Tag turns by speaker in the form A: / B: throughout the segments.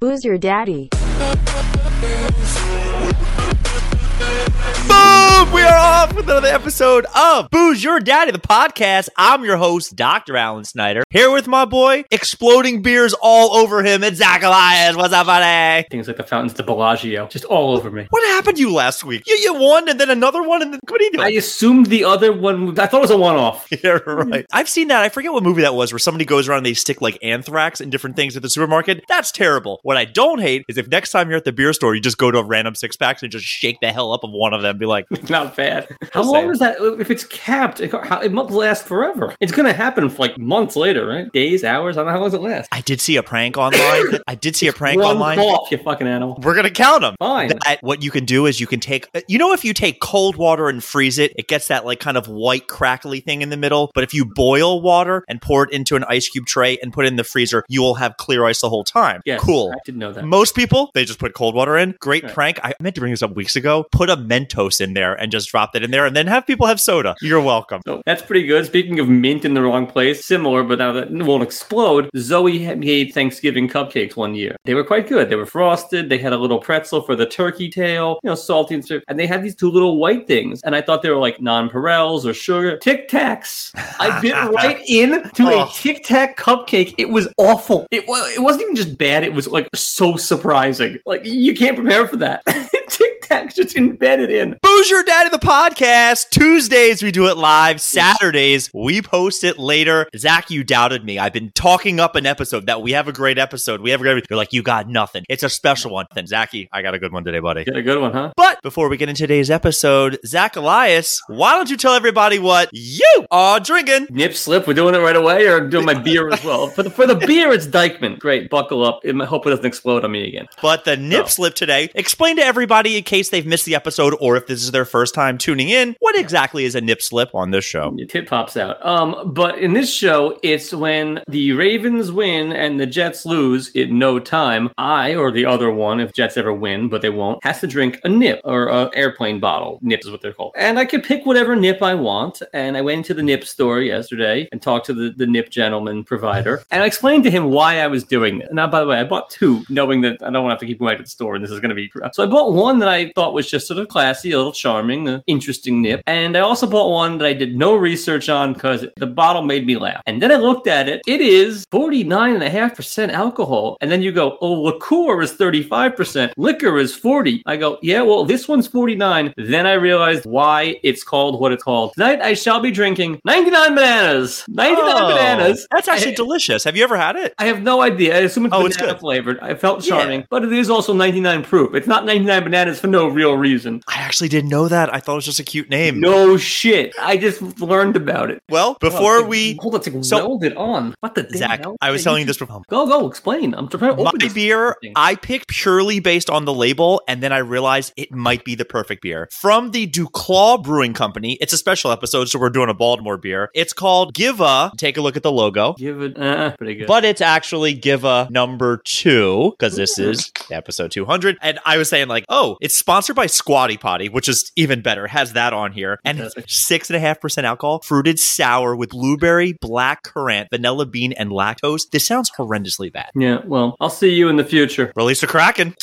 A: Who's your daddy?
B: Boom! We are off with another episode of Booze Your Daddy, the podcast. I'm your host, Dr. Alan Snyder, here with my boy, exploding beers all over him. It's Zacharias. What's up, buddy?
C: Things like the fountains de Bellagio, just all over me.
B: What happened to you last week? You, you won and then another one, and then what are you
C: I
B: doing?
C: assumed the other one. I thought it was a one-off.
B: Yeah, right. I've seen that. I forget what movie that was where somebody goes around and they stick like anthrax and different things at the supermarket. That's terrible. What I don't hate is if next time you're at the beer store, you just go to a random six packs and just shake the hell up of one of them. Be like,
C: Not bad. How
B: Just
C: long
B: saying.
C: is that? If it's capped, it, how, it must last forever. It's gonna happen for like months later, right? Days, hours. I don't know how long does it last.
B: I did see a prank online. I did see a prank
C: One
B: online.
C: off, you fucking animal.
B: We're gonna count them.
C: Fine.
B: That what you can do is you can take, uh, you know, if you take cold water and freeze it, it gets that like kind of white crackly thing in the middle. But if you boil water and pour it into an ice cube tray and put it in the freezer, you will have clear ice the whole time.
C: Yes,
B: cool.
C: I didn't know that.
B: Most people, they just put cold water in. Great
C: Right.
B: prank. I meant to bring this up weeks ago. Put a Mentos in there and just drop that in there and then have people have soda. You're welcome.
C: So that's pretty good. Speaking of mint in the wrong place, similar, but now that won't explode. Zoe had made Thanksgiving cupcakes one year. They were quite good. They were frosted. They had a little pretzel for the turkey tail, you know, salty and stuff. And they had these two little white things. And I thought they were like nonpareils or sugar. Tic Tacs. I bit right in to
B: Oh.
C: a Tic Tac cupcake. It was awful. It was. It wasn't even just bad. It was like so surprising. Like you can't prepare for that. Tic Tacs just embedded in.
B: Booze Your Daddy the podcast. Tuesdays we do it live. Saturdays we post it later. Zach, you doubted me. I've been talking up an episode that we have a great episode. We have a great. You're like you got nothing. It's a special one. Then Zachy, I got a good one today, buddy.
C: Got a good one, huh?
B: But before we get into today's episode, Zach Elias, why don't you tell everybody what you are drinking?
C: Nip slip, we're doing it right away, or I'm doing my beer as well. For the for the beer, it's Dykeman. Great, buckle up. I hope it doesn't explode on me again.
B: But the nip
C: Oh.
B: slip today, explain to everybody in case they've missed the episode or if this is their first time tuning in, what exactly is a nip slip on this show?
C: Your tit pops out. Um, but in this show, it's when the Ravens win and the Jets lose in no time. I or the other one, if Jets ever win, but they won't, has to drink a nip or an airplane bottle. Nip is what they're called. And I could pick whatever nip I want. And I went to the nip store yesterday and talked to the, the nip gentleman provider. And I explained to him why I was doing this. Now, by the way, I bought two, knowing that I don't have to keep going back to the store, and this is going to be. So I bought one that I thought was just sort of classy, a little charming, an interesting nip, and I also bought one that I did no research on because the bottle made me laugh. And then I looked at it; it is 49.5% alcohol. And then you go, "Oh, liqueur is 35%, liquor is 40." I go, "Yeah, well, this one's 49." Then I realized why it's called what it's called. Tonight I shall be drinking 99 bananas. 99
B: Oh,
C: bananas.
B: That's actually
C: I-
B: delicious. Have you ever had it?
C: I have no idea. I assume it's
B: Oh, it's
C: banana
B: good.
C: flavored. I felt
B: Yeah.
C: charming, but it is also 99 proof. It's not 99 bananas for no real reason.
B: I actually didn't know that. I thought it was just a cute name.
C: No shit. I just learned about it.
B: Well, before
C: Oh,
B: we
C: hold on, it's like
B: so-
C: welded on. What the damn
B: Zach,
C: hell?
B: I was
C: Yeah,
B: telling
C: you-
B: you this from home.
C: Go go explain. I'm trying to
B: My
C: open this
B: beer,
C: thing.
B: I picked purely based on the label, and then I realized it might be the perfect beer from the Duclaw Brewing Company. It's a special episode, so we're doing a Baltimore beer. It's called Give a. Take a look at the logo.
C: give it. Uh, pretty good.
B: But it's actually give a number two because this is episode 200. And I was saying, like, oh, it's sponsored by Squatty Potty, which is even better, has that on here. And it's
C: Fantastic.
B: six and a half percent alcohol, fruited sour with blueberry, black currant, vanilla bean, and lactose. This sounds horrendously bad.
C: yeah, well, I'll see you in the future.
B: Release a Kraken.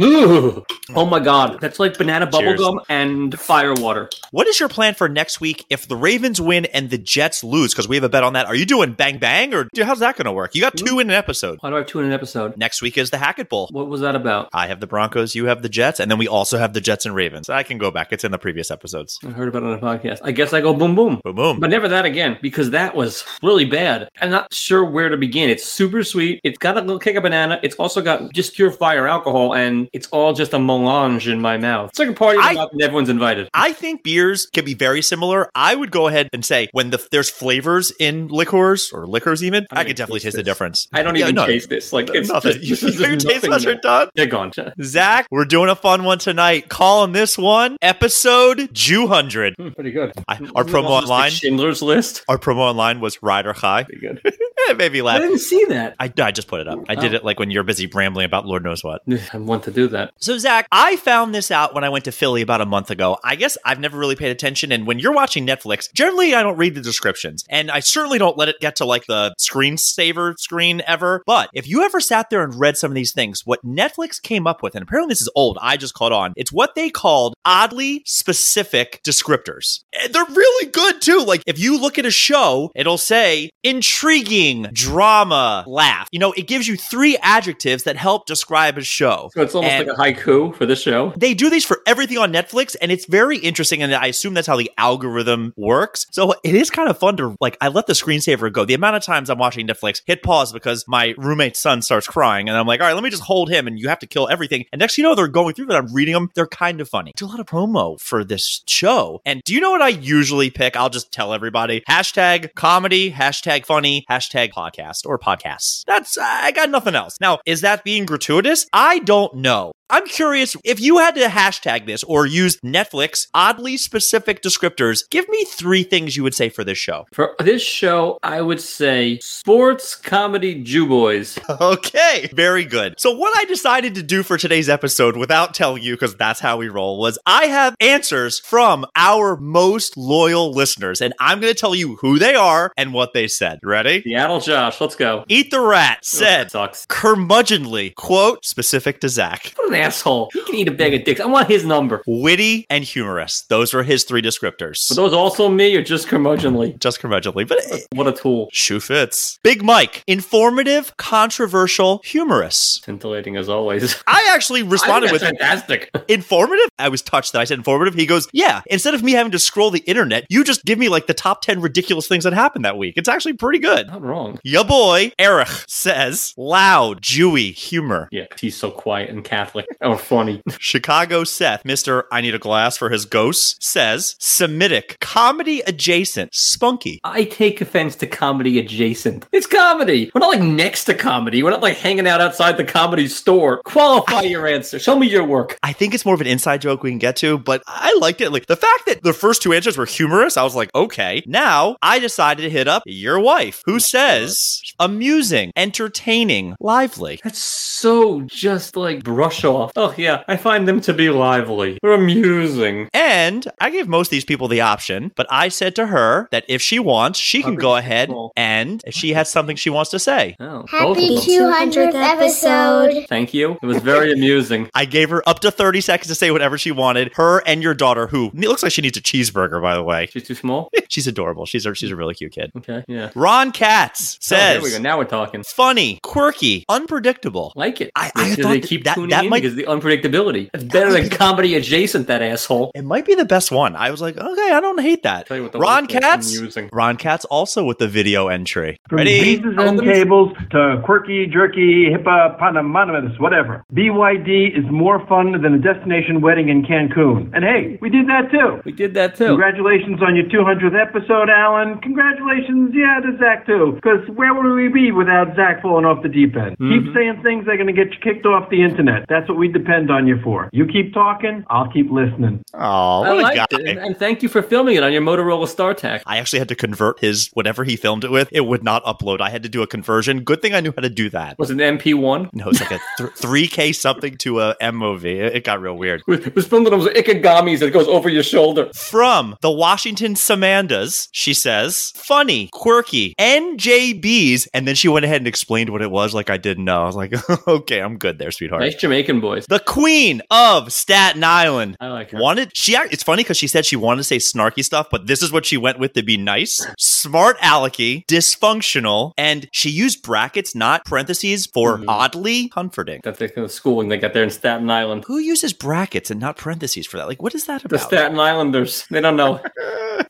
C: Ooh. Oh my god, that's like banana
B: Cheers.
C: bubblegum and fire water.
B: What is your plan for next week if the Ravens win and the Jets lose? Because we have a bet on that. Are you doing bang bang or dude, how's that going to work? You got two in an episode.
C: Why do I have two in an episode?
B: Next week is the Hackett Bowl.
C: What was that about?
B: I have the Broncos, you have the Jets, and then we also have the Jets and Ravens. I can go back. It's in the previous episodes.
C: I heard about it on a podcast. I guess I go boom boom.
B: Boom, boom.
C: But never that again because that was really bad. I'm not sure where to begin. It's super sweet. It's got a little kick of banana. It's also got just pure fire alcohol, and it's all just a melange in my mouth. It's like a party
B: I-
C: I, and everyone's invited.
B: I think beers can be very similar. I would go ahead and say when the, there's flavors in liquors or liquors even,
C: I
B: I, could
C: don't
B: definitely
C: taste
B: taste the
C: this.
B: difference.
C: I don't
B: Yeah,
C: even
B: no,
C: taste this. Like it's
B: Nothing.
C: Just, this is
B: Your taste
C: nothing
B: buds are
C: now.
B: done.
C: They're gone.
B: Zach, we're doing a fun one tonight. Calling this one episode 200.
C: Hmm, Pretty good.
B: I- our promo
C: Almost like
B: online.
C: Schindler's List.
B: Our promo online was Rider High.
C: Pretty good.
B: It made me
C: I
B: laugh.
C: didn't see that.
B: I, I just put it up. I did
C: Oh.
B: it like when you're busy rambling about Lord knows what.
C: I want to do that.
B: So, Zach, I found this out when I went to Philly about a month ago. I guess I've never really paid attention. And when you're watching Netflix, generally I don't read the descriptions. And I certainly don't let it get to like the screensaver screen ever. But if you ever sat there and read some of these things, what Netflix came up with, and apparently this is old, I just caught on, it's what they called oddly specific descriptors. And they're really good too. Like if you look at a show, it'll say intriguing, drama, laugh. You know, it gives you three adjectives that help describe a show.
C: So it's almost
B: And-
C: like a haiku for the show.
B: they do these for everything on Netflix, and it's very interesting. And I assume that's how the algorithm works. So it is kind of fun to like. I let the screensaver go. The amount of times I'm watching Netflix, hit pause because my roommate's son starts crying, and I'm like, all right, let me just hold him, and you have to kill everything. And next, thing you know, they're going through that. I'm reading them. They're kind of funny. Do a lot of promo for this show. And do you know what I usually pick? I'll just tell everybody: hashtag comedy, hashtag funny, hashtag podcast or podcasts. That's I got nothing else. Now, is that being gratuitous? I don't know. I'm curious if you had to hashtag this or use Netflix oddly specific descriptors, give me three things you would say for this show.
C: For this show, I would say sports comedy Jew boys.
B: Okay, very good. So, what I decided to do for today's episode without telling you, because that's how we roll, was I have answers from our most loyal listeners, and I'm going to tell you who they are and what they said. Ready?
C: Seattle Josh, let's go.
B: Eat the Rat
C: Oh,
B: said,
C: sucks.
B: curmudgeonly, quote, specific to Zach.
C: What an asshole. He can eat a bag of dicks. I want his number.
B: Witty and humorous. Those were his three descriptors.
C: Were those also me or just curmudgeonly?
B: Just curmudgeonly, but
C: What a tool.
B: Shoe fits. Big Mike, informative, controversial, humorous.
C: Scintillating as always.
B: I actually responded
C: I think
B: with
C: that's fantastic.
B: informative. I was touched that I said informative. He goes, Yeah, instead of me having to scroll the internet, you just give me like the top 10 ridiculous things that happened that week. It's actually pretty good.
C: Not wrong.
B: Ya boy, Erich says, loud, Jewy, humor.
C: Yeah, 'cause he's so quiet and Catholic or funny.
B: Chicago Seth, Mr. I Need a Glass for his ghosts, says, Semitic, comedy adjacent, spunky.
C: I take offense to comedy adjacent. It's comedy. We're not like next to comedy. We're not like hanging out outside the comedy store. Qualify your answer. Show me your work.
B: I think it's more of an inside joke we can get to, but I liked it. Like the fact that the first two answers were humorous, I was like, okay. Now I decided to hit up your wife, who says amusing, entertaining, lively.
C: That's so just like brush off. Oh yeah, I find them to be lively. They're amusing.
B: And I gave most of these people the option, but I said to her that if she wants, she can go ahead and if she has something she wants to say.
C: Oh, both
A: Happy
C: of them.
A: 200th episode.
C: Thank you. It was very amusing.
B: I gave her up to 30 seconds to say whatever she wanted. Her and your daughter, who it looks like she needs a cheeseburger, by the way.
C: She's too small.
B: She's adorable. She's a, she's a really cute kid.
C: Okay, yeah.
B: Ron Katz
C: Oh,
B: says,
C: here we go. Now we're talking.
B: funny, quirky, unpredictable.
C: Like it.
B: I- I
C: Because
B: thought
C: they
B: that-
C: keep
B: that-
C: tuning
B: that
C: in
B: might-
C: because of the unpredictability. It's better than comedy adjacent. That asshole.
B: It might be the best one. I was like, okay, I don't hate that.
C: Tell you what, the
B: Ron
C: worst was
B: Katz.
C: amusing.
B: Ron Katz also with the video entry.
D: From
B: Ready?
D: Pieces and tables to quirky, jerky, hippopotamus, whatever. BYD is more fun than a destination wedding in Cancun. And hey, we did that too.
C: We did that too.
D: Congratulations on your 200th episode, Alan. Congratulations, yeah, to Zach too. Because where would we be without Zach falling off the deep end? Keep saying things that are going to get you kicked off the internet. That's what we depend on you for. You keep talking, I'll keep listening.
B: Oh,
C: I
B: what a guy.
C: liked it, and, and thank you for filming it on your Motorola StarTAC.
B: I actually had to convert his whatever he filmed it with. It would not upload. I had to do a conversion. Good thing I knew how to do that.
C: Was it an MP1?
B: No, it's like a th- 3K something to a MOV. It it got real weird.
C: It was filmed on those ikegamis that goes over your shoulder.
B: From the Washington Samandas, she says, funny, quirky, NJBs. And then she went ahead and explained what it was like I didn't know. I was like, okay, I'm good there, sweetheart.
C: Nice Jamaican boys.
B: The queen of Staten Island.
C: I like her.
B: Wanted she act- it's funny because she said she wanted to say snarky stuff, but this is what she went with to be nice. Smart alecky, dysfunctional, and she used brackets, not parentheses, for
C: Mhm.
B: oddly comforting.
C: That's like the schooling they got there in Staten Island.
B: Who uses brackets and not parentheses for that? Like, what is that
C: The
B: about?
C: Staten Islanders. They don't know.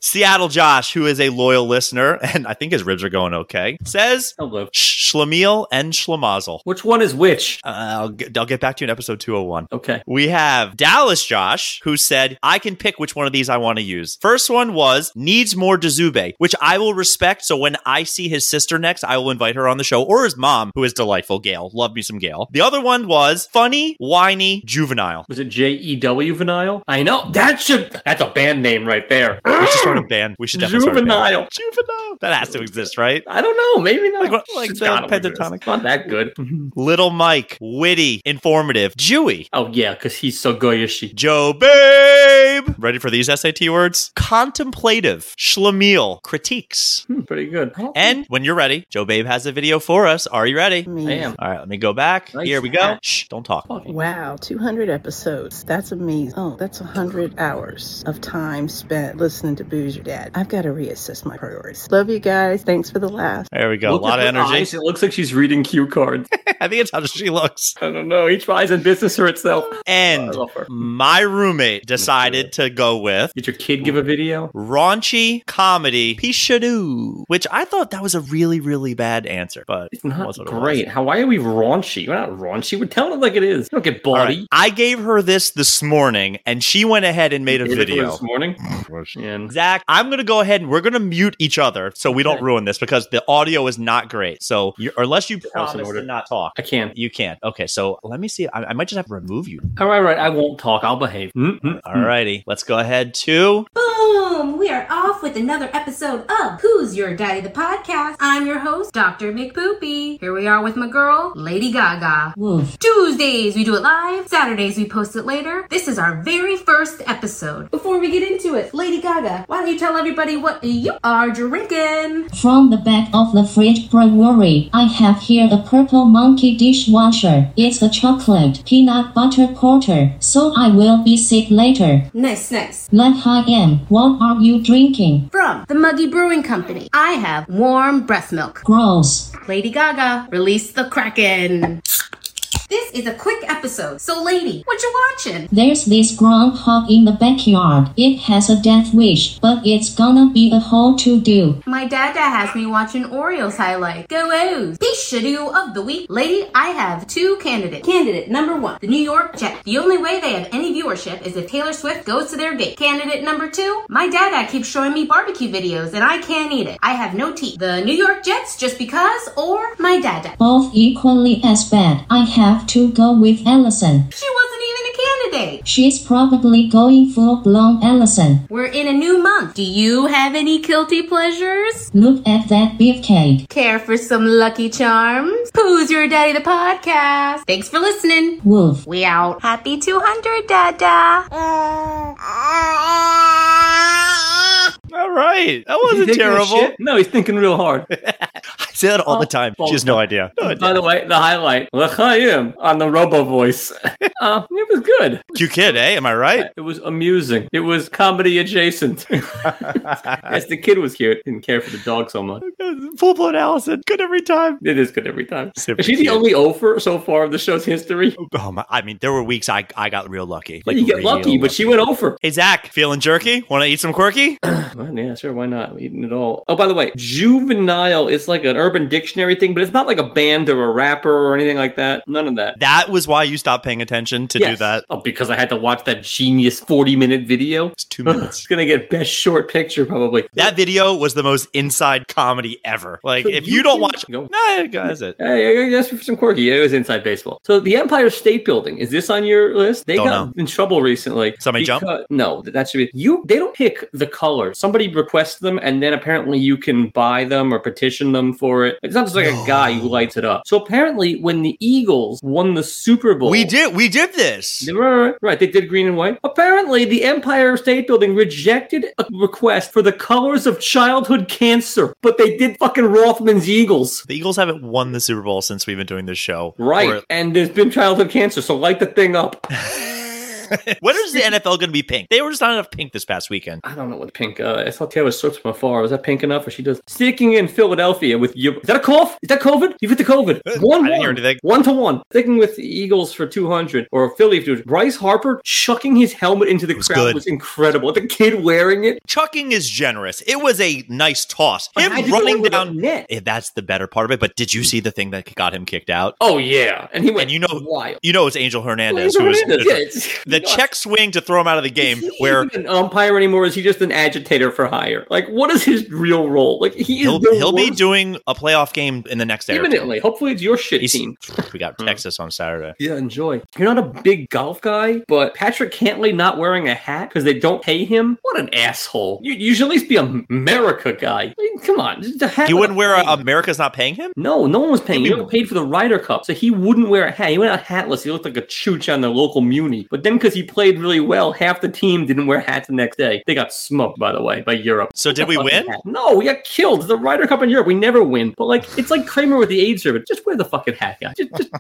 B: Seattle Josh, who is a loyal listener, and I think his ribs are going okay, says
C: Hello.
B: "Sh- Schlemiel and Schlemazel.
C: Which one is which?
B: Uh, I'll, get, I'll get back to you in episode 201.
C: Okay.
B: We have Dallas Josh, who said, I can pick which one of these I want to use. First one was needs more Dazube, which I will respect. So when I see his sister next, I will invite her on the show or his mom, who is delightful, Gail. Love me some Gail. The other one was funny, whiny, juvenile.
C: Was it J E W Vinyl? I know. That should. That's a band name right there.
B: Which is sort of ban. We should definitely Sort
C: Juvenile.
B: of ban. Juvenile. That has to exist, right?
C: I don't know. Maybe not.
B: Like what- like
C: It's
B: the
C: gotta exist.
B: pentatonic.
C: Not that good.
B: Little Mike, witty, informative, Jewy.
C: oh yeah, because he's so goyish.
B: Joe Babe. Ready for these SAT words? Contemplative, schlemiel, critiques.
C: Hmm, pretty good.
B: And when you're ready, Joe Babe has a video for us. Are you ready?
C: I am.
B: All right, let me go back.
C: Nice
B: Here we go.
C: hat.
B: Shh, don't talk.
E: Wow, 200 episodes. That's amazing. Oh, that's 100 hours of time spent listening to Booze Your Dad. I've got to reassess my priorities. Love you guys. Thanks for the laugh.
B: There we go.
C: Look
B: a lot of
C: at her
B: energy.
C: eyes. It looks like she's reading cue cards.
B: I think it's how she looks.
C: I don't know. Each eye's in business for itself. I
B: And
C: love her.
B: my roommate decided to go with
C: Did your kid give a video?
B: raunchy comedy Pishadoo, which I thought that was a really, really bad answer, but
C: It's not
B: was what it was.
C: great. How? Why are we raunchy? We're not raunchy. We're telling it like it is. You don't get
B: All right.
C: bloody.
B: I gave her this this morning, and she went ahead and made a
C: Did it
B: video.
C: this morning. And
B: Zach, I'm going to go ahead and we're going to mute each other so we don't
C: Okay.
B: ruin this because the audio is not great. So, you, unless you
C: house in
B: promise
C: order.
B: to not talk,
C: I can't.
B: you can't. Okay, so let me see. I, I might just have to remove you.
C: All right, all right. I won't talk. I'll behave. Mm-hmm. Mm-mm.
B: All righty, let's go ahead to
A: Boom! We are off with another episode of Who's Your Daddy the Podcast. I'm your host, Dr. McPoopy. Here we are with my girl, Lady Gaga. Tuesdays we do it live, Saturdays we post it later. This is our very first episode. Before we get into it, Lady Gaga, why don't you tell everybody what you are drinking?
F: From the back of the fridge brewery, I have here the Purple Monkey dishwasher. It's a chocolate peanut butter porter, so I will be sick later.
A: Nice, nice.
F: Let I am. What are you drinking?
A: From the Muggy Brewing Company, I have warm breast milk.
F: Gross.
A: Lady Gaga, release the Kraken. This is a quick episode. So, lady, what you watching?
F: There's this groundhog in the backyard. It has a death wish, but it's gonna be a whole to do.
A: My dada has me watching Orioles highlight. Go O's! The schedule of the week. Lady, I have two candidates. Candidate number one, the New York Jets. The only way they have any viewership is if Taylor Swift goes to their gate. Candidate number two, my dada keeps showing me barbecue videos and I can't eat it. I have no teeth. The New York Jets just because or my dada.
F: Both equally as bad. I have to go with Ellison.
A: She wasn't even a candidate.
F: She's probably going full blown Ellison.
A: We're in a new month. Do you have any guilty pleasures?
F: Look at that beefcake.
A: Care for some Lucky Charms? Who's your daddy the podcast? Thanks for listening.
F: Woof.
A: We out. Happy 200, Dada.
B: All right. That
C: Is he
B: wasn't
C: taking a
B: terrible. Oh,
C: shit? No, he's thinking real hard.
B: I say that all the time. She has no idea. No
C: By
B: idea.
C: the way, the highlight, L'chaim on the Robo voice. uh, it was good.
B: Cute kid, eh? Am I right?
C: It was amusing. It was comedy adjacent. yes, the kid was cute. Didn't care for the dog so much.
B: Full blown Allison. Good every time.
C: It is good every time.
B: Super
C: is she the
B: cute.
C: only offer so far of the show's history?
B: Oh my! I mean, there were weeks I, I got real lucky.
C: you get
B: real
C: lucky, but she went over.
B: Hey Zach, feeling jerky? Want to eat some quirky?
C: Man, yeah, sure, why not? I'm eating it all. Oh, by the way, juvenile is like an urban dictionary thing, but it's not like a band or a rapper or anything like that. None of that.
B: that was why you stopped paying attention to do
C: Yes.
B: that.
C: Oh, because I had to watch that genius 40 minute video.
B: It's two
C: it's
B: minutes.
C: gonna get best short picture probably.
B: that video was the most inside comedy ever. Like,
C: So
B: if
C: you
B: you, don't
C: can-
B: watch,
C: Go.
B: no, that's it.
C: Hey, I- I asked for some quirky. It was inside baseball. So the Empire State Building is this on your list? They
B: Don't
C: got
B: know.
C: in trouble recently.
B: Somebody jump?
C: No, th- that should be you. They don't pick the color. Somebody requests them, and then apparently you can buy them or petition them for it. It's not just like a guy who lights it up. So apparently, when the Eagles won the Super Bowl,
B: We did, we did this.
C: They were- Right, they did green and white. Apparently, the Empire State Building rejected a request for the colors of childhood cancer, but they did fucking Rothman's Eagles.
B: The Eagles haven't won the Super Bowl since we've been doing this show.
C: Right,
B: Or-
C: and there's been childhood cancer, so light the thing up.
B: when is the NFL going to be pink? They were just not enough pink this past weekend.
C: I don't know what pink. Uh, I saw Taylor Swift from afar. Was that pink enough? Or she does sticking in Philadelphia with you. Is that a cough? Is that COVID? You've hit the COVID. One
B: I didn't hear
C: one.
B: anything.
C: One to one. Sticking with the Eagles for two hundred or Philly for Bryce Harper chucking his helmet into the
B: was
C: crowd
B: good.
C: was incredible. The kid wearing it.
B: Chucking is generous. It was a nice toss. Him
C: How'd you go
B: running
C: over the
B: down.
C: net.
B: Eh, That's the better part of it. But did you see the thing that got him kicked out?
C: Oh yeah, and he went.
B: And you know-
C: wild.
B: You know, it's Angel Hernandez
C: Angel
B: who was
C: Hernandez, yeah, it's-
B: the a check swing to throw him out of the game. Where
C: an umpire anymore? Is he just an agitator for hire? Like, what is his real role? Like, he is
B: he'll
C: the
B: he'll be
C: worst-
B: doing a playoff game in the next day. or two.
C: imminently. Hopefully, it's your shit
B: He's-
C: team.
B: we got
C: Hmm.
B: Texas on Saturday.
C: Yeah, enjoy. You're not a big golf guy, but Patrick Cantley not wearing a hat because they don't pay him. What an asshole! You, you should at least be an America guy. I mean, come on, just a hat.
B: He
C: with
B: wouldn't wear a,
C: thing.
B: America's not paying him.
C: No, no one was paying. He got paid for the Ryder Cup, so he wouldn't wear a hat. He went out hatless. He looked like a chooch on the local muni. But then, because he played really well, half the team didn't wear hats the next day. They got smoked, by the way, by Europe.
B: So did we
C: Fucking
B: win?
C: hat. No, we got killed. It's the Ryder Cup in Europe. We never win. But like, it's like Kramer with the AIDS service. Just wear the fucking hat, guy. Just, just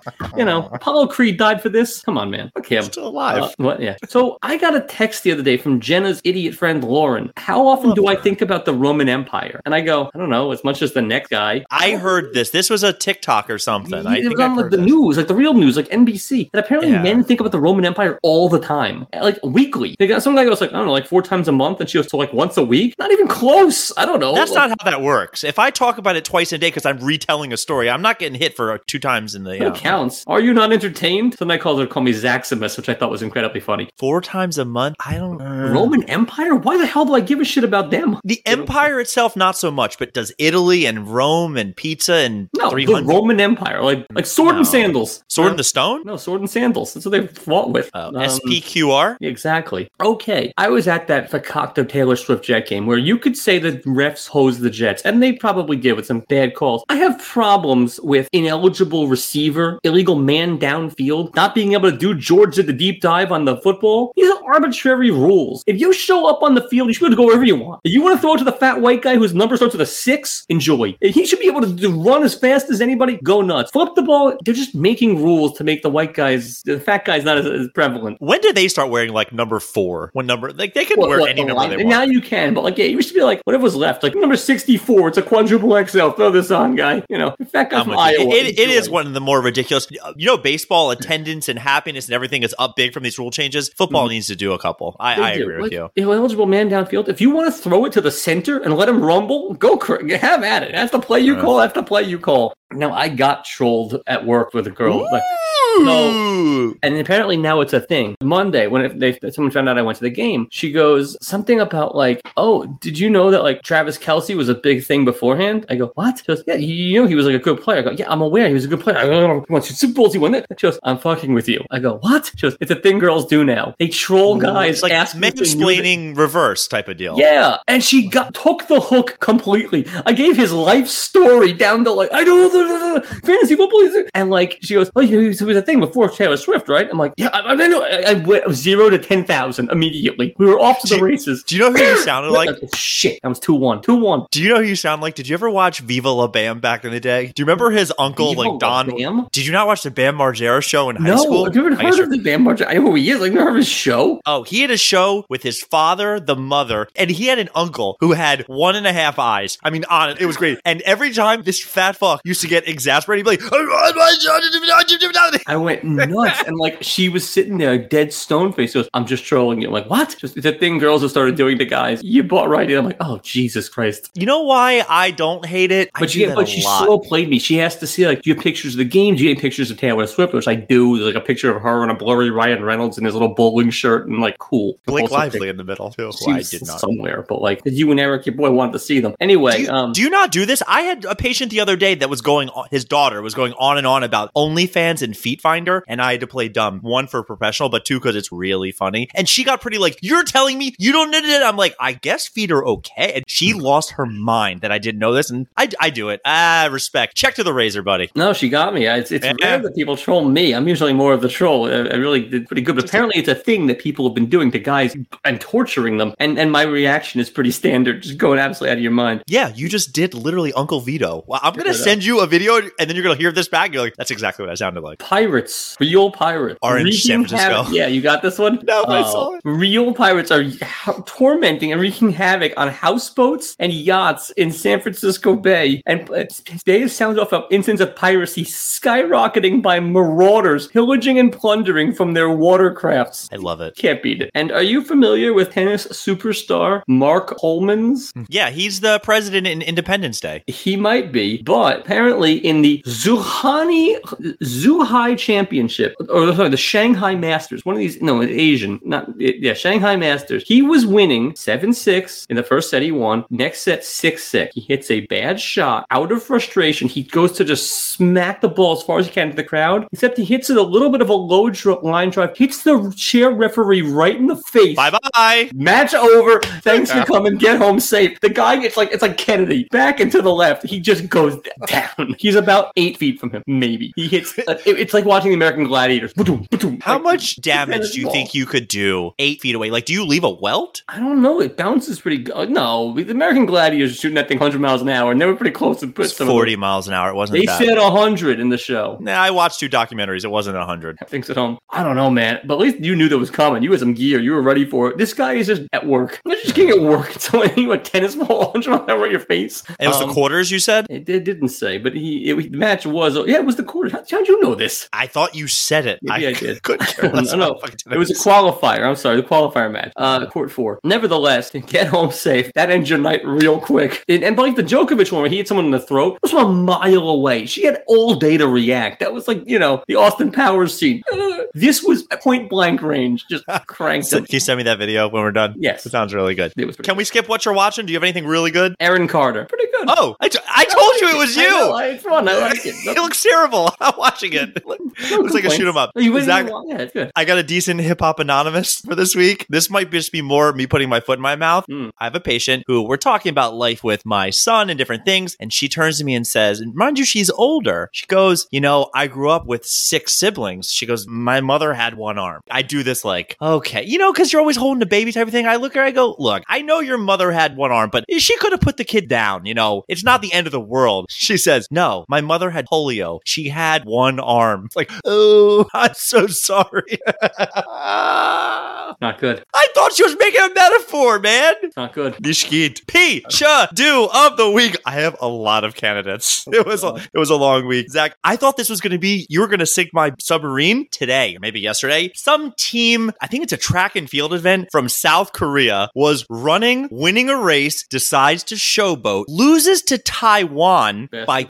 C: you know, Apollo Creed died for this. Come on, man. Okay,
B: Still alive.
C: uh, what? Yeah. So I got a text the other day from Jenna's idiot friend Lauren. How often do I think about the Roman Empire? And I go, I don't know, as much as the next guy.
B: I heard this. This was a TikTok or something. I
C: it was
B: think I've
C: on like
B: heard
C: the
B: this.
C: news, like the real news, like NBC. And apparently,
B: Yeah.
C: men think about the Roman Empire all the time, like weekly. They got some guy goes like I don't know, like four times a month, and she goes to like once a week. Not even close. I don't know.
B: That's
C: like,
B: not how that works. If I talk about it twice a day because I'm retelling a story, I'm not getting hit for uh, two times in the
C: It
B: uh,
C: counts. Are you not entertained? Somebody called her call me Zaximus, which I thought was incredibly funny.
B: four times a month. I don't. uh,
C: Roman Empire? Why the hell do I give a shit about them?
B: The empire itself, not so much, but does Italy and Rome and pizza and
C: No,
B: three
C: the
B: hundred
C: Roman Empire, like like sword and
B: No.
C: sandals.
B: sword
C: Uh,
B: and the stone?
C: no sword and sandals. That's what they fought with.
B: Uh,
C: Um,
B: SPQR.
C: Exactly. Okay. I was at that Fakakto Taylor Swift Jet game where you could say the refs hose the Jets, and they probably did with some bad calls. I have problems with ineligible receiver, illegal man downfield, not being able to do George did the deep dive on the football. These are arbitrary rules. If you show up on the field, you should be able to go wherever you want. If you want to throw it to the fat white guy whose number starts with a six, enjoy. If he should be able to do- run as fast as anybody, go nuts. Flip the ball. They're just making rules to make the white guys, the fat guys, not as, as prevalent.
B: When did they start wearing like number four? When number like they could
C: What-
B: wear
C: what,
B: any
C: the
B: number
C: line-
B: they
C: and Now
B: want.
C: you can, but like, yeah, it used to be like whatever was left, like number sixty-four. It's a quadruple XL. Throw this on, guy. You know, in fact, guy
B: I'm
C: from
B: with
C: Iowa.
B: you. It- it- it is
C: enjoy.
B: one of the more ridiculous. You know, baseball attendance and happiness and everything is up big from these rule changes. Football needs to do a couple. I,
C: Mm-hmm. They
B: I
C: do.
B: agree with
C: Like,
B: you.
C: if an eligible man downfield. If you want to throw it to the center and let him rumble, go cr- have at it. That's the play you
B: Uh.
C: call. That's the play you call. Now I got trolled at work with a girl. Like,
B: Ooh.
C: And apparently now it's a thing. Monday, when if they, if someone found out I went to the game, she goes something about like, "Oh, did you know that like Travis Kelsey was a big thing beforehand?" I go, "What?" She goes, "Yeah, you- you know he was like a good player." I go, "Yeah, I'm aware he was a good player. I go, he won two Super Bowls. He won it." She goes, "I'm fucking with you." I go, "What?" She goes, "It's a thing girls do now. They troll guys,
B: It's like
C: ask if they knew that-
B: mansplaining reverse type of deal.
C: Oh. yeah, and she got took the hook completely. I gave his life story down to like I don't know fantasy football, is it? and like she goes, oh, he was, he was a thing before Taylor Swift, right? I'm like, yeah, I, I know. I, I went zero to ten thousand immediately. We were off to the
B: Do-
C: races.
B: Do you know who you sounded like?
C: shit, that was two one, two one.
B: Do you know who you sound like? Did you ever watch Viva La Bam back in the day? Do you remember his uncle,
C: Evil
B: like Don?
C: Bam?
B: Did you not watch the Bam Margera show in high
C: No,
B: school?
C: I've never
B: I guess
C: heard
B: you're-
C: of the damn bunch. I know who he is. Like, never heard of his show.
B: Oh, he had a show with his father, the mother, and he had an uncle who had one and a half eyes. I mean, on it, it was great. And every time this fat fuck used to get exasperated, he'd be like, "Oh,
C: I went nuts, and like she was sitting there, dead stone face. Goes, I'm just trolling you. I'm like, what? Just it's a thing girls have started doing to guys. You bought right in. I'm like, oh Jesus Christ.
B: You know why I don't hate it? I
C: But
B: do
C: she,
B: that
C: but
B: a
C: she
B: lot.
C: slow played me. She has to see like, do you have pictures of the game? Do you have pictures of Taylor Swift? Which I do. There's like a picture of her and a blurry Ryan Reynolds in his little bowling shirt and like cool.
B: Blake
C: Also
B: Lively
C: pic-
B: in the middle. Too.
C: she
B: Why I
C: was
B: did not.
C: somewhere, but like you and Eric, your boy, wanted to see them anyway.
B: Do you,
C: um,
B: do you not do this? I had a patient the other day that was going on, his daughter was going on and on about OnlyFans and Feet Finder, and I had to play dumb. One for professional, but two because it's really funny. And she got pretty like, You're telling me you don't need it? I'm like, I guess feet are okay. And she lost her mind that I didn't know this. And I, I do it. Ah, respect. Check to the razor, buddy.
C: No, she got me. I- It's, it's
B: Yeah.
C: rare that people troll me. I'm usually more of the troll. I, I really did pretty good. But apparently, it's a thing that people have been doing to guys and torturing them. And and my reaction is pretty standard, just going absolutely out of your mind.
B: Yeah, you just did literally Uncle Vito. Well, I'm gonna
C: Yeah.
B: send you a video, and then you're gonna hear this back. And you're like, that's exactly what I sounded like.
C: Pirates, real pirates,
B: Are in San
C: wreaking
B: Francisco.
C: havoc- Yeah, you got this one. Oh.
B: No, I saw it.
C: Real pirates are ha- tormenting and wreaking havoc on houseboats and yachts in San Francisco Bay. And uh, they sound off of incidents of piracy skyrocketing by marauders pillaging and plundering from their watercrafts.
B: I love it.
C: Can't beat it. And are you familiar with tennis superstar Mark Holmans?
B: Yeah, he's the president in Independence Day.
C: He might be, but apparently in the Zuhani Zuhai Championship, or sorry, the Shanghai Masters. One of these, no, it's Asian, not yeah, Shanghai Masters. He was winning seven six in the first set. He won. Next set six six. He hits a bad shot. Out of frustration, he goes to just smack the ball as far as he can to the crowd. Except he hits it a little bit of a low dr- line drive. Hits the chair referee right in the face.
B: Bye bye.
C: Match over. Thanks for coming. Get home safe. The guy gets like it's like Kennedy back and to the left. He just goes down. He's about eight feet from him, maybe. He hits. uh, it- it's like watching the American Gladiators. Ba-doom, ba-doom.
B: How
C: Like,
B: much
C: it's
B: damage do you
C: small.
B: think you could do eight feet away? Like, do you leave a welt?
C: I don't know. It bounces pretty good. No, the American Gladiators are shooting that thing 100 miles an hour, and they were pretty close to put
B: It's
C: some of them.
B: 40 miles an hour. It wasn't
C: They
B: that.
C: said 100 in the show.
B: nah, I watched two documentaries. It wasn't 100.
C: Thinks at home. I don't know, man. But at least you knew that was coming. You had some gear. You were ready for it. This guy is just at work. He's just getting at work. It's only you a tennis ball 100 miles an hour at your face.
B: It was
C: Um,
B: the quarters, you said?
C: It, it didn't say, but he it, the match was. oh, Yeah, it was the quarter. How, how'd you know this?
B: I thought you said it.
C: Maybe I did.
B: Couldn't
C: I
B: care
C: don't
B: less
C: know.
B: about fucking
C: It was a
B: tennis.
C: qualifier. I'm sorry, the qualifier match. Uh, court four. Nevertheless, get home safe. That ends your night real quick. And, and like the Djokovic one, where he hit someone in the throat, it was from a mile away. She had all day to react. That was like you know the Austin Powers scene. Uh, This was point blank range, just cranked
B: Can
C: it.
B: you send me that video when we're done?
C: Yes.
B: It sounds really good.
C: It was pretty
B: Can we skip what you're watching? Do you have anything really good?
C: Aaron Carter, pretty good.
B: Oh, I, t- I told you it was
C: I know,
B: you.
C: I- it's fun. I like it.
B: It looks terrible. I'm watching it. It looks like a shoot 'em up.
C: You wouldn't
B: Zach-
C: even want- yeah, it's good.
B: I got a decent hip hop anonymous for this week. This might just be more me putting my foot in my mouth.
C: Mm.
B: I have a patient who we're talking about life with my son and different things. And she turns to me and says, and mind you, she's older. She goes, You know, I grew up with six siblings. She goes, My mother had one arm. I do this like, okay, you know, because you're always holding a baby type of thing. I look at her, I go, Look, I know your mother had one arm, but she could have put the kid down. You know, it's not the end of the world. She says, No, my mother had polio. She had one arm. It's like, Oh, I'm so sorry. I
C: Not good.
B: thought she was making a metaphor, man.
C: Not good.
B: Nishkid. P. Cha. Do of the week. I have a lot of candidates. It was a, it was a long week. Zach, I thought this was going to be you were going to sink my submarine today, or maybe yesterday. Some team, I think it's a track and field event from South Korea, was running, winning a race, decides to showboat, loses to Taiwan
C: Bastard.
B: by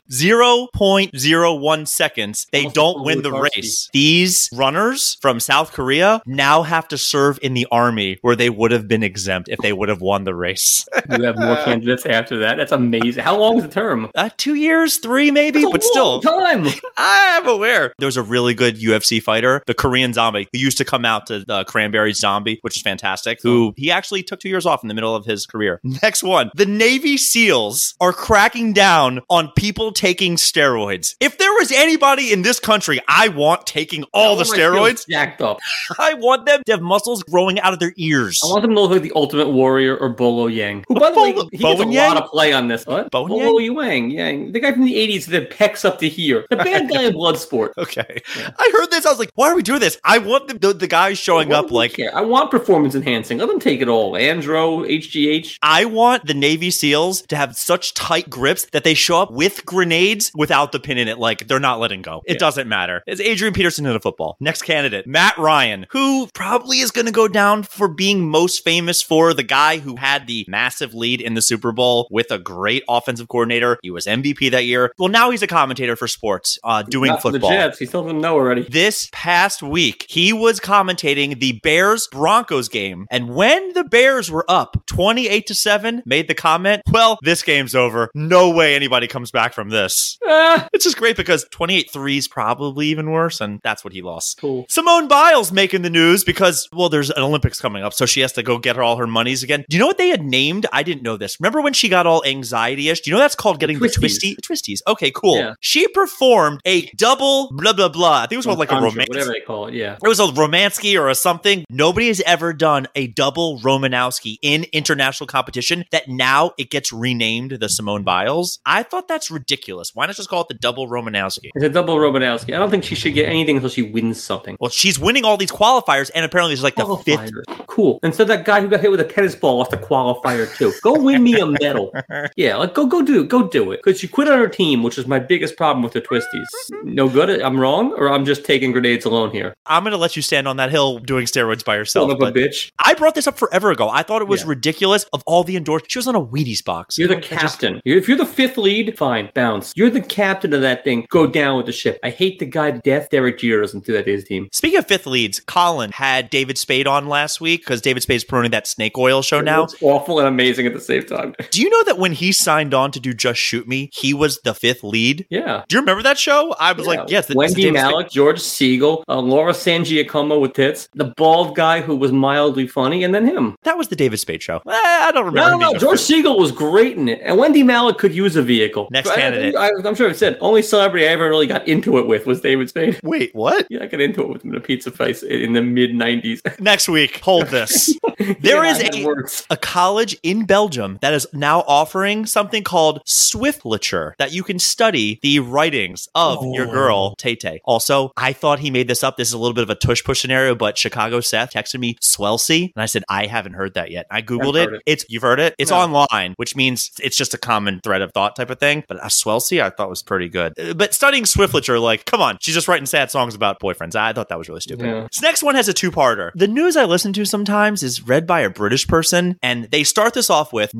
B: 0.01 seconds. They
C: Almost
B: don't
C: like
B: win the
C: Louis Varsity.
B: race. These runners from South Korea now have to serve in the army where they would have been exempt if they would have won the race.
C: You have more candidates after that. That's amazing. How long is the term?
B: Uh, two years, three maybe,
C: That's a
B: but
C: long
B: still,
C: time.
B: I'm aware. There was a really good UFC fighter, the Korean zombie, who used to come out to the Cranberry Zombie, which is fantastic, who he actually took two years off in the middle of his career. Next one the Navy SEALs are cracking down on people taking steroids. If there was anybody in this country I want taking all the
C: I feel
B: steroids,
C: Oh jacked up.
B: I want them to have muscles growing out of their ears.
C: I want them to look like the Ultimate Warrior or Bolo Yang. Who, by the way,
B: Bolo-
C: he gets a
B: Bowen Yang?
C: lot of play on this. What?
B: Bowen
C: Bolo Yang? Yang, the guy from the '80s that pecs up to here. The bad guy in Bloodsport.
B: Okay. I heard this. I was like, why are we doing this? I want the, the, the guy showing
C: Why do
B: up
C: we
B: like,
C: care? I want performance enhancing. Let them take it all. Andro, HGH.
B: I want the Navy SEALs to have such tight grips that they show up with grenades without the pin in it. Like they're not letting go. It
C: Yeah.
B: doesn't matter. It's Adrian Peterson in a football. Next candidate, Matt Ryan, who probably is going to go down for being most famous for the guy who had the massive lead in the Super Bowl with a great offensive coordinator. He was MVP that year. Well, now he's a commentator for sports, uh, doing
C: Not for
B: football.
C: The Jets. He told them no already.
B: This past week, he was commentating the Bears Broncos game. And when the Bears were up 28 to 7, made the comment, well, this game's over. No way anybody comes back from this.
C: Ah,
B: It's just great because 28 3 is probably even worse, and that's what he lost.
C: cool.
B: Simone Biles making the news because, well, there's an Olympics coming up, so she has to go get her all her monies again. Do you know what they had named? I didn't know this. Remember when she got all anxiety ish? Do you know that's called getting the
C: twisties.
B: twisty twisties? Okay, cool.
C: Yeah.
B: She performed a double blah blah blah. I think it was called like a
C: Contra,
B: romance.
C: whatever they call it. Yeah.
B: It was a Romansky or a something. Nobody has ever done a double Romanowski in international competition that now it gets renamed the Simone Biles. I thought that's ridiculous. Why not just call it the double Romanowski?
C: It's a double Romanowski. I don't think she should get anything until she wins something.
B: Well, she's winning all these qualifiers, and apparently she's like, the
C: Oh,
B: fifth.
C: qualifier. Cool. And so that guy who got hit with a tennis ball lost a qualifier too. Go win me a medal. Yeah, like go go do go do it. Because she quit on her team, which is my biggest problem with the twisties. No good. I'm wrong, or I'm just taking grenades alone here.
B: I'm going to let you stand on that hill doing steroids by
C: Son
B: yourself.
C: of a
B: But
C: bitch.
B: I brought this up forever ago. I thought it was
C: Yeah.
B: ridiculous of all the endorse. She was on a Wheaties box.
C: You're the captain. You- if you're the fifth lead, fine, bounce. You're the captain of that thing. Go down with the ship. I hate the guy to death. Derek Jeter doesn't do that to his team.
B: Speaking of fifth leads, Colin had David Spade on last week because David Spade's promoting that snake oil show now.
C: It's awful and amazing at the same time.
B: Do you know that when he signed on to do Just Shoot Me, he was the fifth lead?
C: Yeah.
B: Do you remember that show? I was like, yes, this is
C: Wendy
B: David Spade.
C: Malik, George Siegel, uh, Laura San Giacomo with tits, the bald guy who was mildly funny, and then him.
B: That was the David Spade show. Eh, I don't remember.
C: No,
B: him
C: no,
B: being
C: no.
B: a
C: George
B: fifth.
C: Siegel was great in it, and Wendy Malik could use a vehicle.
B: Next
C: I- I think-
B: candidate.
C: I, I'm sure I said only celebrity I ever really got into it with was David Spade.
B: Wait, what?
C: Yeah, I got into it with him in a pizza place in the mid '90s.
B: Next week, hold this. There is a
C: words.
B: a college in Belgium that is now offering something called Swiftliture that you can study the writings of your
C: Oh.
B: girl, Tay Tay. Also, I thought he made this up. This is a little bit of a tush push scenario, but Chicago Seth texted me Swelsey, and I said, I haven't heard that yet. I Googled
C: I've
B: it.
C: heard it.
B: It's You've heard it? It's
C: No.
B: online, which means it's just a common thread of thought type of thing. But a Swelsey I thought was pretty good. Uh, But studying Swiftliture, like, come on, she's just writing sad songs about boyfriends. I thought that was really stupid.
C: Yeah.
B: This next one has a two parter. The news I listen to sometimes is read by a British person, and they start this off with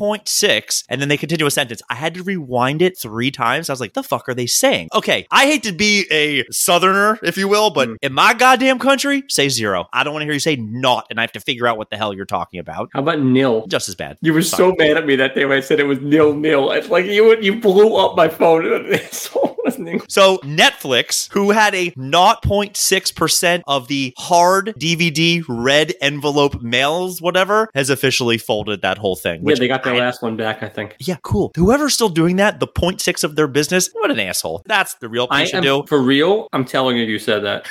B: 0.6, and then they continue a sentence. I had to rewind it three times. I was like, the fuck are they saying? Okay, I hate to be a southerner, if you will, but in my goddamn country, say zero. I don't want to hear you say naught, and I have to figure out what the hell you're talking about.
C: How about nil?
B: Just as bad.
C: You were so mad at me that day when I said it was nil nil. It's like you you blew up my phone. It's almost nil.
B: So Netflix, who had a 0.6% of the hard DVD red envelope mails, whatever, has officially folded that whole thing.
C: Yeah,
B: which
C: they got their
B: I-
C: last one back, I think.
B: Yeah, cool. Whoever's still doing that, the 0.6 of their business, what an asshole. That's the real
C: I
B: piece
C: am
B: of do.
C: for real. I'm telling you, you said that.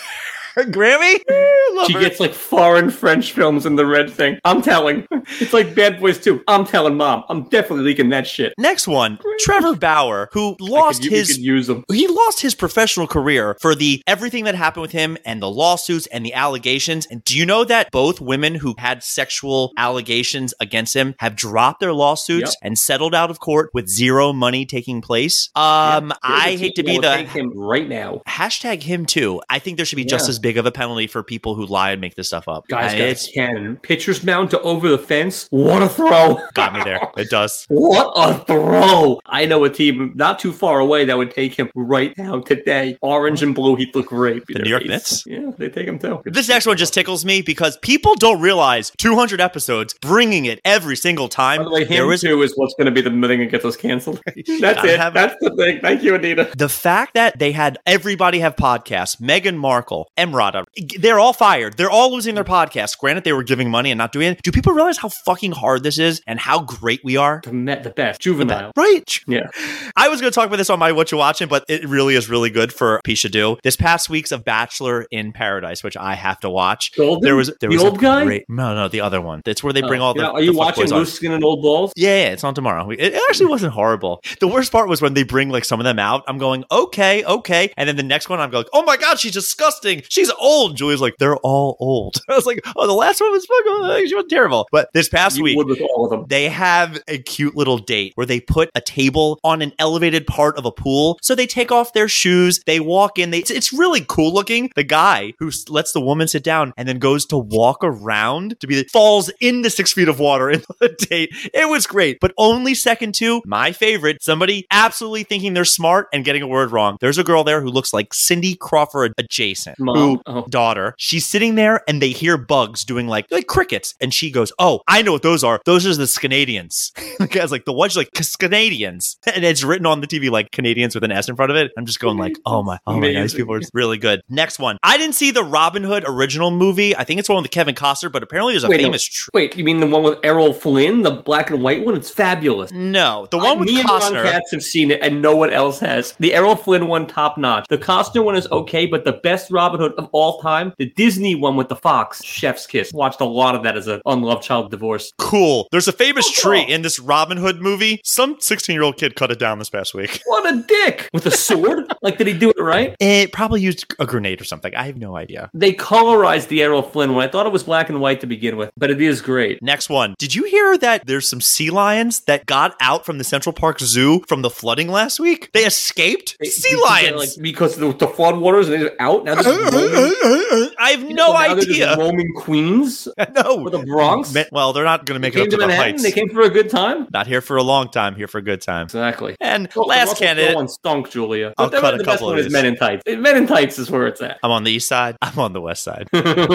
B: Grammy? Eh, love
C: She
B: her.
C: gets like foreign French films in the red thing. I'm telling. It's like Bad Boys 2. I'm telling mom. I'm definitely leaking that shit.
B: Next one, Trevor Bauer, who
C: I could
B: lost
C: u- you
B: his
C: could use them.
B: he lost his professional career for the everything that happened with him and the lawsuits and the allegations. And do you know that both women who had sexual allegations against him have dropped their lawsuits
C: Yep.
B: and settled out of court with zero money taking place? Um, I hate to be the
C: Take him right now.
B: hashtag him too. I think there should be just
C: Yeah.
B: as big of a penalty for people who lie and make this stuff up.
C: Guys,
B: I-
C: got
B: it's
C: a cannon. Pitcher's mound to over the fence. What a throw!
B: got me there. It does.
C: What a throw! I know a team not too far away that would take him right now today. Orange and blue, he'd look great. Be
B: The
C: their
B: New York
C: ace.
B: Knicks?
C: Yeah, they take him too.
B: This next one just tickles me because people don't realize 200 episodes, bringing it every single time.
C: By the way,
B: there
C: him
B: was
C: too is what's going to be the thing that gets us canceled. That's
B: Gotta
C: it.
B: have it.
C: That's the thing. Thank you, Anita.
B: the fact that they had everybody have podcasts, Meghan Markle, Emrata, they're all fired. They're all losing their podcasts. Granted, they were giving money and not doing it. Do people realize how fucking hard this is and how great we are?
C: The, met, the best. Juvenile.
B: Right.
C: Yeah.
B: I was going to talk about this on my What You Watching, but it really is really good for Pisha Do. This past week's of Bachelor in Paradise, which I have to watch.
C: Golden?
B: There was there
C: The
B: was
C: old
B: a
C: guy? Oh,
B: great- no, no, the other one. That's where they bring all the.
C: Yeah, Are you
B: the
C: watching
B: fuckboys on.
C: Loose Skin and Old Balls?
B: Yeah, yeah, it's on tomorrow. We- It it actually wasn't horrible. The worst part was when they bring like some of them out. I'm going, okay, okay, and then the next one, I'm going, oh my god, she's disgusting. She's old. Julia's like, they're all old. I was like, oh, the last one was fucking. uh, She was terrible. But this past
C: You
B: week,
C: would with all of them.
B: they have a cute little date where they put a table on an elevated part of a pool. So they take off their shoes, they walk in. They it's, it's really cool looking. The guy who s- lets the woman sit down and then goes to walk around to be falls into six feet of water in the date. It was great, but only second to my favorite. Somebody absolutely thinking they're smart and getting a word wrong. There's a girl there who looks like Cindy Crawford adjacent.
C: Mom.
B: Who
C: Oh.
B: daughter. She's sitting there and they hear bugs doing like like crickets. And she goes, Oh, I know what those are. Those are the Scanadians. the guy's like, the what? She's like, Scanadians. And it's written on the TV like Canadians with an S in front of it. I'm just going like, oh my, oh my god, these
C: Amazing.
B: people are really good. Next one. I didn't see the Robin Hood original movie. I think it's one with Kevin Costner, but apparently there's a
C: Wait, no.
B: famous tr-
C: Wait, you mean the one with Errol Flynn, the black and white one? It's fabulous.
B: No, the one with
C: Uh, me and
B: Costner.
C: Ron Katz have seen it, and no one else has. The Errol Flynn one, top notch. The Costner one is okay, but the best Robin Hood of of all time, the Disney one with the fox, Chef's Kiss. Watched a lot of that as an unloved child divorce.
B: Cool. There's a
C: Oh,
B: famous tree in this Robin Hood movie. Some 16 year old kid cut it down this past week.
C: What a dick! With a sword? like, did he do it right?
B: It probably used a grenade or something. I have no idea.
C: They colorized the Errol Flynn one. I thought it was black and white to begin with, but it is great.
B: Next one. Did you hear that there's some sea lions that got out from the Central Park Zoo from the flooding last week? They escaped?
C: They-
B: sea
C: because they,
B: lions!
C: like, because the, the floodwaters and they're out now. They're just
B: Uh,
C: roaming,
B: I have
C: so
B: no
C: now they're just
B: idea.
C: roaming Queens
B: No.
C: or the Bronx.
B: Ma- Well, they're not going to make it
C: came
B: up to
C: to
B: the
C: Manhattan.
B: heights.
C: They came for a good time.
B: Not here for a long time, here for a good time.
C: Exactly.
B: And last candidate.
C: One stunk, Julia.
B: I'll
C: But
B: cut
C: the
B: a
C: best
B: couple of
C: one is
B: these.
C: Men in Tights. Men in Tights is where it's at.
B: I'm on the east side. I'm on the west side.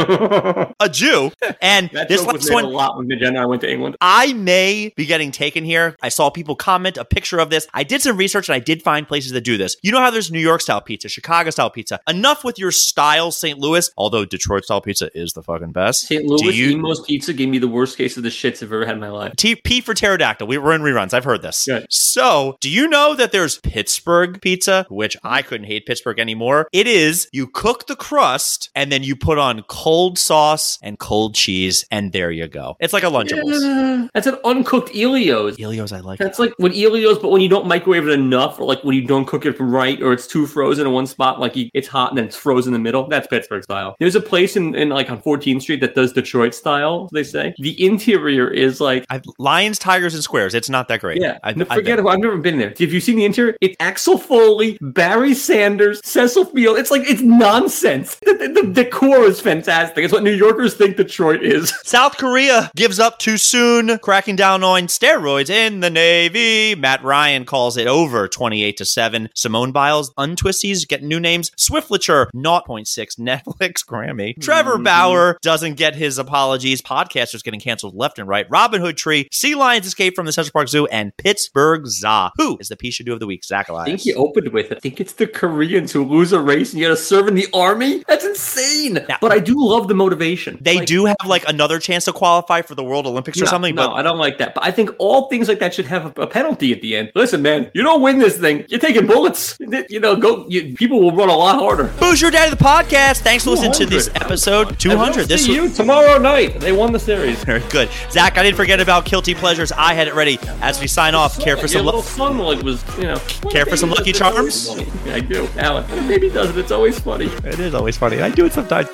C: that
B: A Jew. And this
C: joke was
B: last
C: made a
B: one,
C: lot when Jen and I went to England.
B: I may be getting taken here. I saw people comment a picture of this. I did some research and I did find places that do this. You know how there's New York style pizza, Chicago style pizza. Enough with your style, St. Louis. Although Detroit style pizza is the fucking best.
C: St. Louis
B: Do you?
C: Emo's Pizza gave me the worst case of the shits I've ever had in my life.
B: T- P for pterodactyl. We were in reruns. I've heard this.
C: Good.
B: So, do you know that there's Pittsburgh pizza, which I couldn't hate Pittsburgh anymore? It is you cook the crust and then you put on cold sauce and cold cheese, and there you go. It's like a Lunchables.
C: That's an uncooked Elio's.
B: Ilios, I like.
C: That's like when Elio's, but when you don't microwave it enough, or like when you don't cook it right, or it's too frozen in one spot, like you, it's hot and then it's frozen in the middle. That's Pittsburgh style. There's a place in, in like on 14th Street that does Detroit style. They say the interior is like.
B: I've, lions, tigers, and squares. It's not that great.
C: Yeah,
B: I,
C: no,
B: I
C: forget
B: bet.
C: who. I've never been there. Have you seen the interior? It's Axel Foley, Barry Sanders, Cecil Field. It's like it's nonsense. The, the- the decor is fantastic. It's what New Yorkers think Detroit is.
B: South Korea gives up too soon, cracking down on steroids in the Navy. Matt Ryan calls it over 28 to 7. Simone Biles, Untwisties, get new names. Swiftlature, 0.6. Netflix, Grammy. Trevor
C: Mm-hmm.
B: Bauer doesn't get his apologies. Podcasters getting canceled left and right. Robin Hood Tree, Sea Lions escape from the Central Park Zoo, and Pittsburgh Za. Who is the Pisha Do of the Week? Zach
C: I
B: Elias.
C: think he opened with, I think it's the Koreans who lose a race and you gotta serve in the army. That's insane.
B: Yeah.
C: But I do love the motivation.
B: They
C: Like,
B: do have like another chance to qualify for the World Olympics or
C: no,
B: something,
C: no,
B: but
C: I don't like that. But I think all things like that should have a, a penalty at the end. Listen, man, you don't win this thing. You're taking bullets. You know, go. You, people will run a lot harder.
B: Who's your daddy? The podcast. Thanks for listening to this
C: 200.
B: episode. Two hundred. This
C: see
B: was
C: you tomorrow night. They won the series.
B: very good. Zach, I didn't forget about guilty pleasures. I had it ready. As we sign off, care for
C: Your
B: some.
C: little
B: Lo-
C: son like was, you know.
B: Care for some Lucky Charms?
C: I do, Alan. When a baby does it, it's always funny.
B: it is always funny. I do it sometimes.